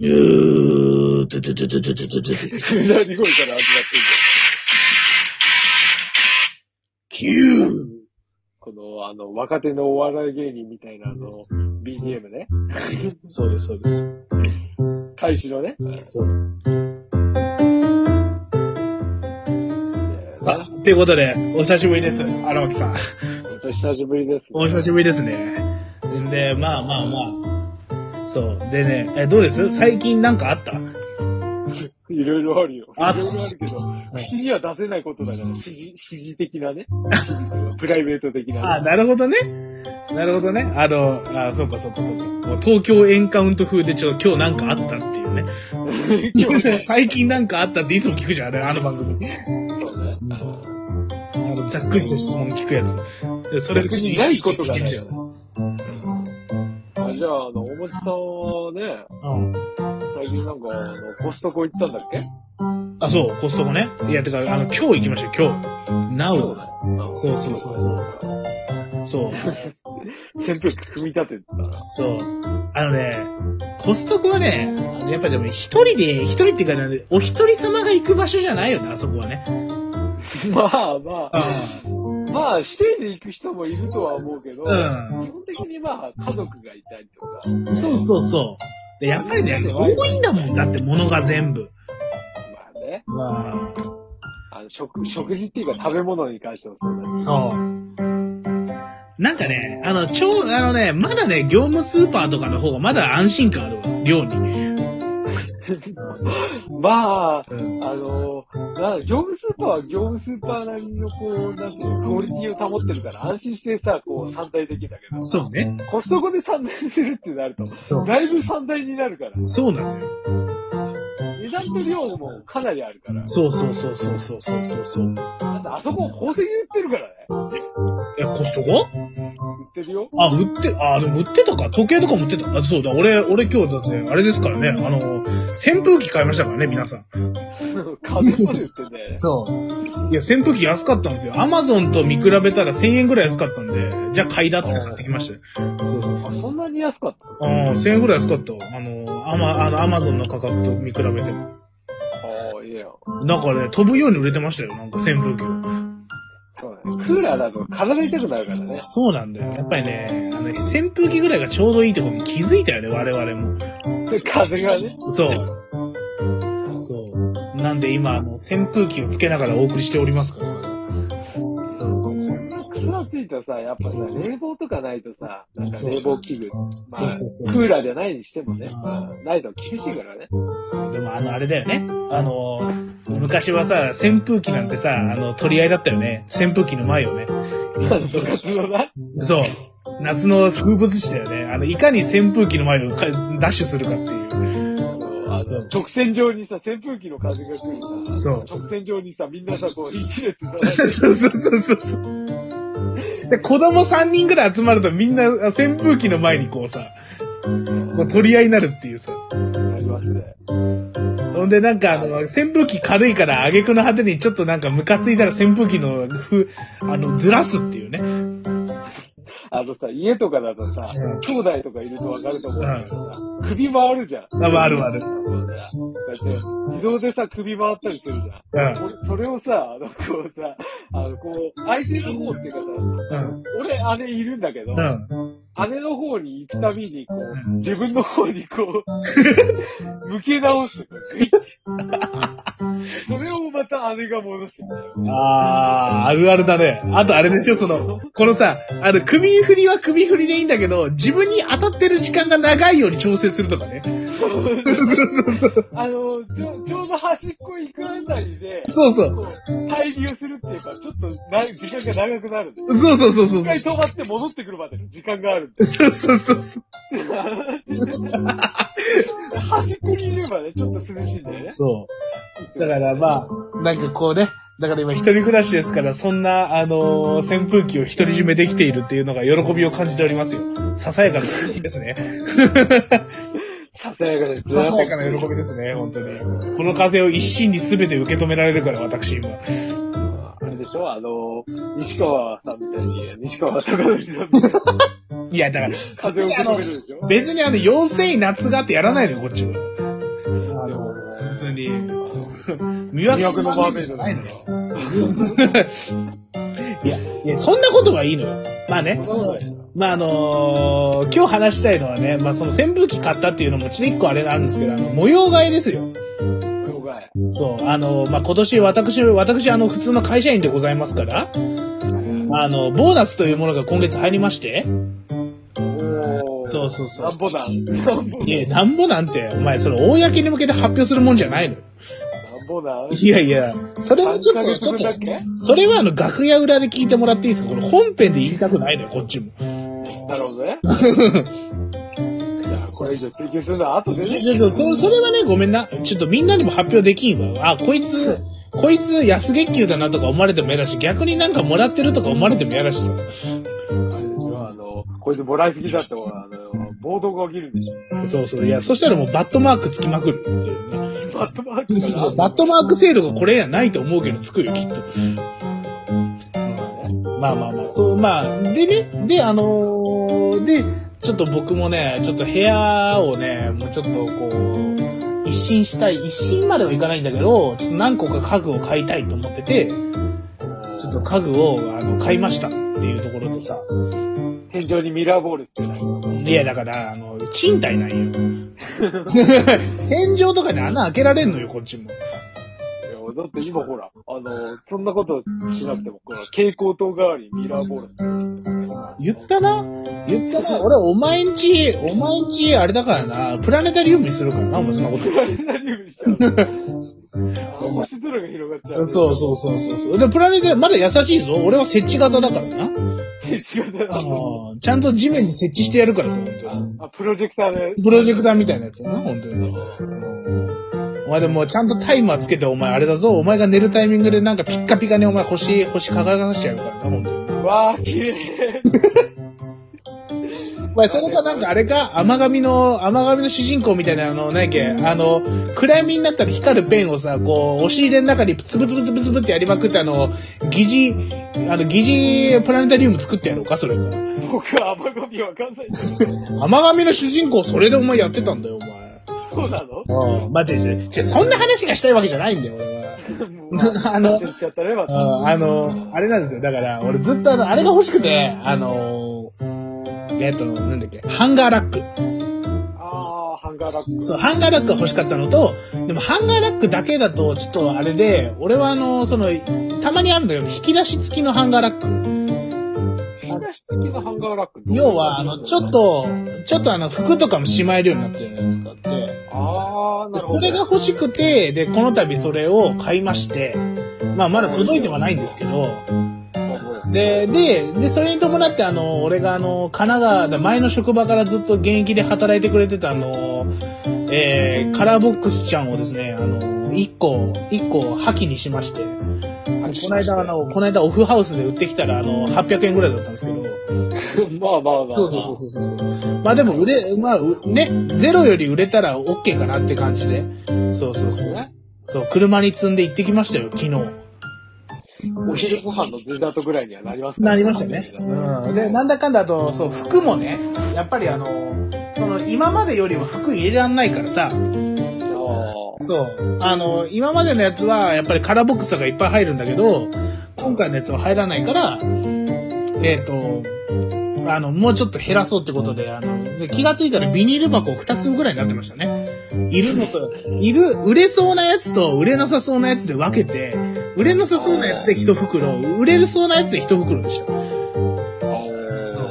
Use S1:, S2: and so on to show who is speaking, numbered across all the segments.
S1: うー、ててててててててて、
S2: 何声から始まってんだよ。
S1: キュー
S2: この、あの、若手のお笑い芸人みたいな、あの、BGM ね。
S1: そうです、そうです。
S2: 開始のね。
S1: そうさあ、ということで、お久しぶりです、荒牧さん。
S2: お久しぶりです、
S1: お久しぶりですね。で、まあまあまあ。そう。でね、え、どうです最近なんかあった
S2: ぶり。いろいろあるよ。
S1: あ
S2: いろいろあるけど、口には出せないことだから、指示、指示的なね。 プライベート的
S1: あ、
S2: なね。
S1: なるほどね。なるほどね。あの、あ、そうかそうかそうか。こう東京エンカウント風でちょっと今日なんかあったっていうね。
S2: 今日
S1: 最近なんかあったっていつも聞くじゃん、あれあの番組。
S2: そうね。
S1: あの、ざっくりした質問聞くやつ。でそれ、
S2: 別にないことがない
S1: 口にして
S2: あじゃあ、あの、おもちさんはね、
S1: 聞いてみたようん。
S2: 最近なんか、あの、コストコ行ったんだっけ
S1: あ、そう、コストコね。いや、てか、あの、今日行きましたよ、今日。なお。
S2: そ
S1: そうそうそうそう。そ
S2: う。
S1: う。
S2: 扇風機組み立てた ら。
S1: そう。あのね、コストコはね、あのやっぱでも一人で、一人っていうかね、お一人様が行く場所じゃないよね、あそこはね。
S2: まあまあ、
S1: あ
S2: まあ、一人で行く人もいるとは思うけど、
S1: うん
S2: 基本的にまあ、家族がいたりとか、
S1: あ。そうそうそう。でやっぱりね、多いんだもん、だって物が全部。
S2: まあね、
S1: ま
S2: あの食、食事っていうか食べ物に関してもそうだし
S1: あ、、そう。なんかね、あの、超、あのね、まだね、業務スーパーとかの方がまだ安心感あるわ、量に。
S2: まあ、
S1: うん。
S2: あの、な業務スーパーは業務スーパーなりのこう、なんていうの、クオリティを保ってるから安心してさ、こう、三大できるんだけど、
S1: そうね。
S2: コストコで三大にするってなると、
S1: そ
S2: だいぶ三大になるから
S1: う。、そうなのよ。
S2: 値段と量もかなりあるから、
S1: そうそうそうそうそうそうそうそう。
S2: だってあそこ宝石売ってるからね、
S1: え、コスト
S2: 売
S1: コ
S2: ってる よ。
S1: あ、売って、あ、でも売ってたか。時計とかも売ってた。あ、そうだ。俺、俺今日だって、あれですからね。あの、扇風機買いましたからね、皆さん。
S2: 風邪まで売ってんだよね。
S1: そう。いや、扇風機安かったんですよ。アマゾンと見比べたら1000円ぐらい安かったんで、じゃあ買いだっつって買ってきましたよ。そうそうそ
S2: あ
S1: う。
S2: そんなに安かった
S1: うん、1000円ぐらい安かったわ。あの、アマ、あの、アマゾンの価格と見比べても。
S2: ああ、いいや。
S1: なんかね、飛ぶように売れてましたよ。なんか扇風機が。
S2: そうだね。クーラーだと体痛くなるからね。
S1: そうなんだよ。やっぱりね、あの、扇風機ぐらいがちょうどいいところに気づいたよね、我々も。
S2: 風がね。
S1: そう。そう。なんで今、あの、扇風機をつけながらお送りしておりますから。そう。
S2: 草ついたさ、やっぱさ、冷房とかないとさ、なんか
S1: そう
S2: 冷房器具。ま
S1: そうそうそ
S2: あ、
S1: う
S2: クーラーじゃないにしてもね、
S1: あ
S2: ないと厳しいからね。
S1: でも、あの、あれだよね。あの、昔はさ、扇風機なんてさ、あの、取り合いだったよね。扇風機の前をね。
S2: 部活のな。
S1: そう。夏の風物詩だよね。あの、いかに扇風機の前をかダッシュするかっていう。
S2: あの直線上にさ、扇風機の風が来るさ、
S1: そう
S2: 直線上にさ、みんなさ、こう、一列並んで
S1: そうそうそうそうそう。で、子供3人ぐらい集まるとみんなあ扇風機の前にこうさ、こう取り合いになるっていうさ。
S2: なりますね。
S1: ほんでなんかあの、扇風機軽いから挙句の果てにちょっとなんかムカついたら扇風機のふ、あの、ずらすっていうね。
S2: あのさ、家とかだとさ
S1: うん、
S2: 兄弟とかいるとわかると思うんだけどさ、首回るじゃん。
S1: あ、あるある。
S2: こうさこうやって、自動でさ、首回ったりするじゃん。
S1: うん。
S2: 俺それをさ、あの、こうさ、あの、こう、相手の方っていうかさ、俺、姉いるんだけど、
S1: うん。
S2: 姉の方に行くたびに、こ
S1: う
S2: う、
S1: ん。
S2: 自分の方にこ う、向け直してくる。それをまた姉が戻してくる。
S1: あー、あるあるだね。あとあれでしょ、その、このさ、あの、首振りは首振りでいいんだけど、自分に当たってる時間が長いように調整するとかね。
S2: そう
S1: そうそうそう。
S2: あの、ちょ、ちょうど端っこ行くあたりで、
S1: そうそ
S2: こ
S1: う。
S2: う、滞留するっていうか、ちょっとな、時間が長くなるんだよ。
S1: そうそうそうそう
S2: 一
S1: そう
S2: 回。止まって戻ってくるまでの時間があるんだよ
S1: そうそうそうそう。
S2: 端っこにいればね、ちょっと涼しいんだよね。
S1: そう。だからまあ、なんかこうね、だから今一人暮らしですから、そんな、あのー扇風機を独り占めできているっていうのが喜びを感じておりますよ。ささやかな喜びで すね。
S2: ささやかです。
S1: ささやかな喜びですね、本当に。この風を一身に全て受け止められるから、私今。
S2: あれでしょあの、西川さんみたいに、西川貴教さんみたいに、
S1: いや、だから、
S2: 風を受け止めるでしょ
S1: 別にあの、妖精夏がってやらないのよ、こっちは。
S2: なるほどね。
S1: 本当に。 魅
S2: 惑
S1: 惑の
S2: の
S1: バ
S2: バ
S1: ー
S2: ーベ
S1: ベ
S2: ー
S1: ーじ
S2: ド
S1: ゃな
S2: だ
S1: いのよ。 いや、いや、そんなことはいいのよ。まあね、
S2: そう
S1: まああのー今日話したいのはね、まあその扇風機買ったっていうのもちょっと一個あれなんですけど、あの、模様替えですよ。
S2: 了解。
S1: そう、あのーまあ今年私、私あの、普通の会社員でございますから、あの、ボーナスというものが今月入りまして、
S2: おー。
S1: そうそうそう
S2: なんぼなん。なんぼなん。
S1: いや、なんぼなんて、お前それ公に向けて発表するもんじゃないのよ。
S2: なんぼなん。
S1: いやいや、それもちょっ
S2: 三
S1: と、
S2: ヶ
S1: ち
S2: 月
S1: ょっ
S2: 分
S1: と
S2: だっけ、
S1: それはあの、楽屋裏で聞いてもらっていいですかこれ本編で言いたくないのよ、こっちも。
S2: なるほ どね。じゃあ、これ以上追求するのは後でね。
S1: ちょちょちょそそれはね、ごめんな。ちょっとみんなにも発表できんわ。あ、こいつ、こいつ安月給だなとか思われても嫌だし、逆になんかもらってるとか思われても嫌だしと。
S2: あれでしょあの、こいつもらいすぎだって、あの、暴動が起きるんでし
S1: そうそう。いや、そしたらもうバットマークつきまくるっていうね。
S2: ょ。バットマークかな。
S1: バットマーク制度がこれやないと思うけど、つくよ、きっと。まあまあまあ、そう、まあ、でね、で、あのーで、ちょっと僕もね、ちょっと部屋をね、もうちょっとこう、一新したい、一新まではいかないんだけど、ちょっと何個か家具を買いたいと思ってて、ちょっと家具をあの買いましたっていうところでさ、
S2: 天井にミラーボールってない。
S1: いやだから、あの、賃貸なんよ。天井とかに穴開けられんのよ、こっち
S2: い
S1: も。
S2: やだって今ほら、あの、そんなことしなくても、この蛍光灯代わりにミラーボール。
S1: 言ったな言ったな俺、お前んち、お前んち、あれだからな、プラネタリウムにするからな、もうそんなこと。
S2: 何をしちゃうの星空が広がっちゃう。
S1: そうそうそうそうそう。で、プラネタリウム、まだ優しいぞ。俺は設置型だからな。
S2: 違う
S1: あの、ちゃんと地面に設置してやるからさ、本当に。
S2: あ、プロジェクターで。
S1: プロジェクターみたいなやつだな、本当に。お前でもちゃんとタイマーつけて、お前あれだぞ、お前が寝るタイミングでなんかピッカピカにお前星、星輝かしてやるからな、本当に。
S2: わー、綺麗。
S1: お前それかなんかあれか、甘神の、甘神の主人公みたいなあの、ないけ、あの、暗闇になったら光るペンをさ、こう、押し入れの中につぶつぶつぶつぶってやりまくって、あの、疑似、あの、疑似プラネタリウム作ってやろうか、それか。
S2: 僕は甘ゴミわかんないんだけど。
S1: 甘神の主人公、それでお前やってたんだよ、お前。
S2: そうなの
S1: まあ、違う違う違うそんな話がしたいわけじゃないんだよ、俺
S2: も
S1: は。あの
S2: う、しちゃったね、また。
S1: ああの、あれなんですよ。だから、俺ずっとあの、あれが欲しくて、あの、えっと、なんだっけ、ハンガーラック。
S2: あー、ハンガーラック。
S1: そう、ハンガーラックが欲しかったのと、でもハンガーラックだけだと、ちょっとあれで、俺はあの、その、たまにあるんだけど、引き出し付きのハンガーラック。
S2: 話付きのハンガーラック。
S1: 要は、あの、ちょっ。と、ちょっとあの、服とかもしまえるようになってるやつがあって、
S2: あー、
S1: で
S2: なるほ
S1: そ
S2: ど。
S1: れが欲しくて、で、この度それを買いまして、まあ、まだ届いてはないんですけど、で、で、で、それに伴って、あの、俺が、あの、神奈川で、前の職場からずっと現役で働いてくれてた、あの、えー、カラーボックスちゃんをですね、あの、一個、一個、破棄にしまして、この間、あの、この間オフハウスで売ってきたら、あの、800円ぐらいだったんですけど、
S2: まあまあまあ。
S1: そうそうそうそうそう。まあでも、売れ、まあ、うね、ゼロより売れたら OK かなって感じで、そうそうそう。そう、車に積んで行ってきましたよ、昨日。
S2: お昼ご飯のデザートぐらいにはなります
S1: なりましたね。うん。で、なんだかんだあと、そう、服もね、やっぱりあの、その、今までよりも服入れらんないからさ、
S2: あー
S1: そう。あの、今までのやつは、やっぱりカラーボックスとかいっぱい入るんだけど、今回のやつは入らないから、えっ、と、あの、もうちょっと減らそうってことで、あの、で気がついたらビニール箱2つぐらいになってましたね。いるのと、いる、売れそうなやつと売れなさそうなやつで分けて、売れなさそうなやつで1袋、売れるそうなやつで1袋でした。
S2: あ。そう。。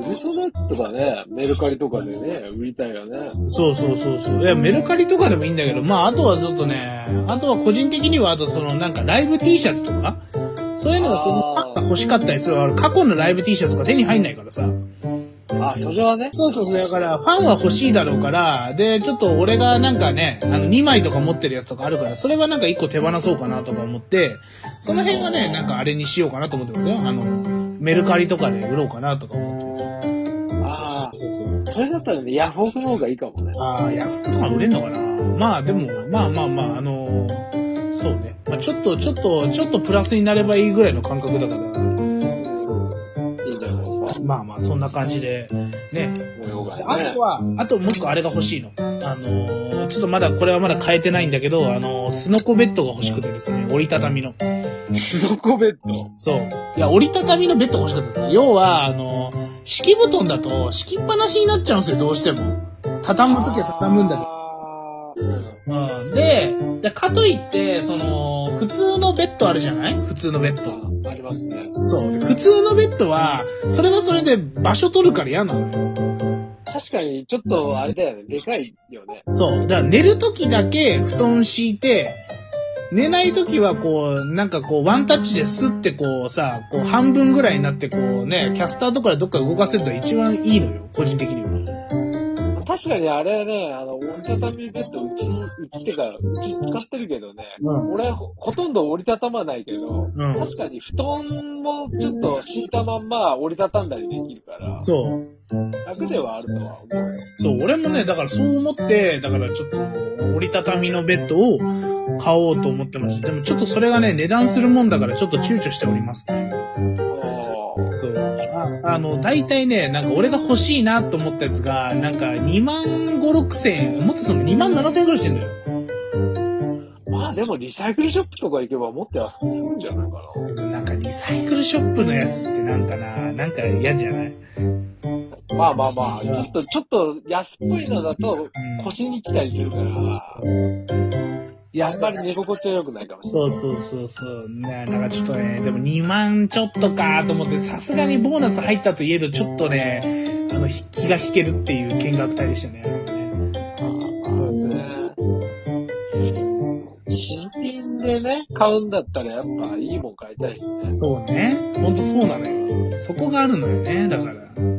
S2: 売りそうなやつとかね、メルカリとかでね、売りたいよね。
S1: そうそうそうそう。いや、メルカリとかでもいいんだけど、まあ、あとはちょっとね、あとは個人的には、あとその、なんかライブ T シャツとか、そういうのがその、
S2: あー
S1: あった欲しかったりする。あの過去のライブ T シャツが手に入んないからさ。
S2: あ、それはね。
S1: そうそうそう。だから、ファンは欲しいだろうから、で、ちょっと俺がなんかね、あの、2枚とか持ってるやつとかあるから、それはなんか1個手放そうかなとか思って、その辺はね、なんかあれにしようかなと思ってますよ。あの、メルカリとかで売ろうかなとか思ってます。
S2: あ
S1: そうそう。
S2: あ。それだったらね、ヤフオクの方がいいかもね。
S1: ああ、ヤフーとか売れんのかなまあでも、まあまあまあ、あのーそうね。まあちょっと、ちょっと、ちょっとプラスになればいいぐらいの感覚だか
S2: い
S1: ら。
S2: いんじゃないですか。
S1: まあまあ、そんな感じで、ね。
S2: そうだね
S1: あ とは、あともう一個あれが欲しいの。あのーちょっとまだ、これはまだ変えてないんだけど、あのースノコベッドが欲しくてですね、折りたたみの。
S2: キノコベッド。
S1: そう。いや、折りたたみのベッドが欲しかった。要は、あのー敷布団だと、敷きっぱなしになっちゃうんですよ、どうしても。畳むときは畳むんだけど。うん、で、でかといって、その、普通のベッドあるじゃない普通のベッド。
S2: あーありますね。
S1: そう。で普通のベッドは、それはそれで場所取るから嫌なのよ。
S2: 確かに、ちょっと、あれだよね。でかいよね。
S1: そう。だから寝るときだけ布団敷いて、寝ないときはこう、なんかこう、ワンタッチですってこうさ、こう半分ぐらいになってこうね、キャスターとかでどっか動かせると一番いいのよ、個人的には。
S2: 確かに、あれはね、あの、折りたたみベッド、うち、うちってか、うち使ってるけどね。
S1: うん
S2: 俺ほ、ほとんど折りたたまないけど、
S1: うん
S2: 確かに布団もちょっと敷いたまんま折りたたんだりできるから、
S1: そう。
S2: 楽ではあるとは思うよ。
S1: そう、俺もね、だからそう思って、だからちょっと折りたたみのベッドを買おうと思ってました。でもちょっとそれがね、値段するもんだからちょっと躊躇しております。
S2: おー
S1: そう。ああの、大体ね、なんか俺が欲しいなと思ったやつが、なんか2万5、6千円、もっとその2万7千円ぐらいしてんだよ。
S2: まあでもリサイクルショップとか行けばもっと安くするんじゃないか
S1: なんかリサイクルショップのやつってなんかな、なんか嫌じゃな
S2: な。
S1: い
S2: まあまあまあ、ちょっと、ちょっと安っぽいのだと腰に来たりするから、
S1: い
S2: あんまり寝心地は良くないかもしれ
S1: そうそうそうそう。ね、なんかちょっとね、でも2万ちょっとかと思って、さすがにボーナス入ったといえど、ちょっとね、あの、ひ気が引けるっていう見学隊でしたね。
S2: ない。
S1: そうそう
S2: そう新品でね、買うんだったらやっぱいいもん買いたいしね。
S1: そうね。ほんとそうなのよ。そこがあるのよね、だから。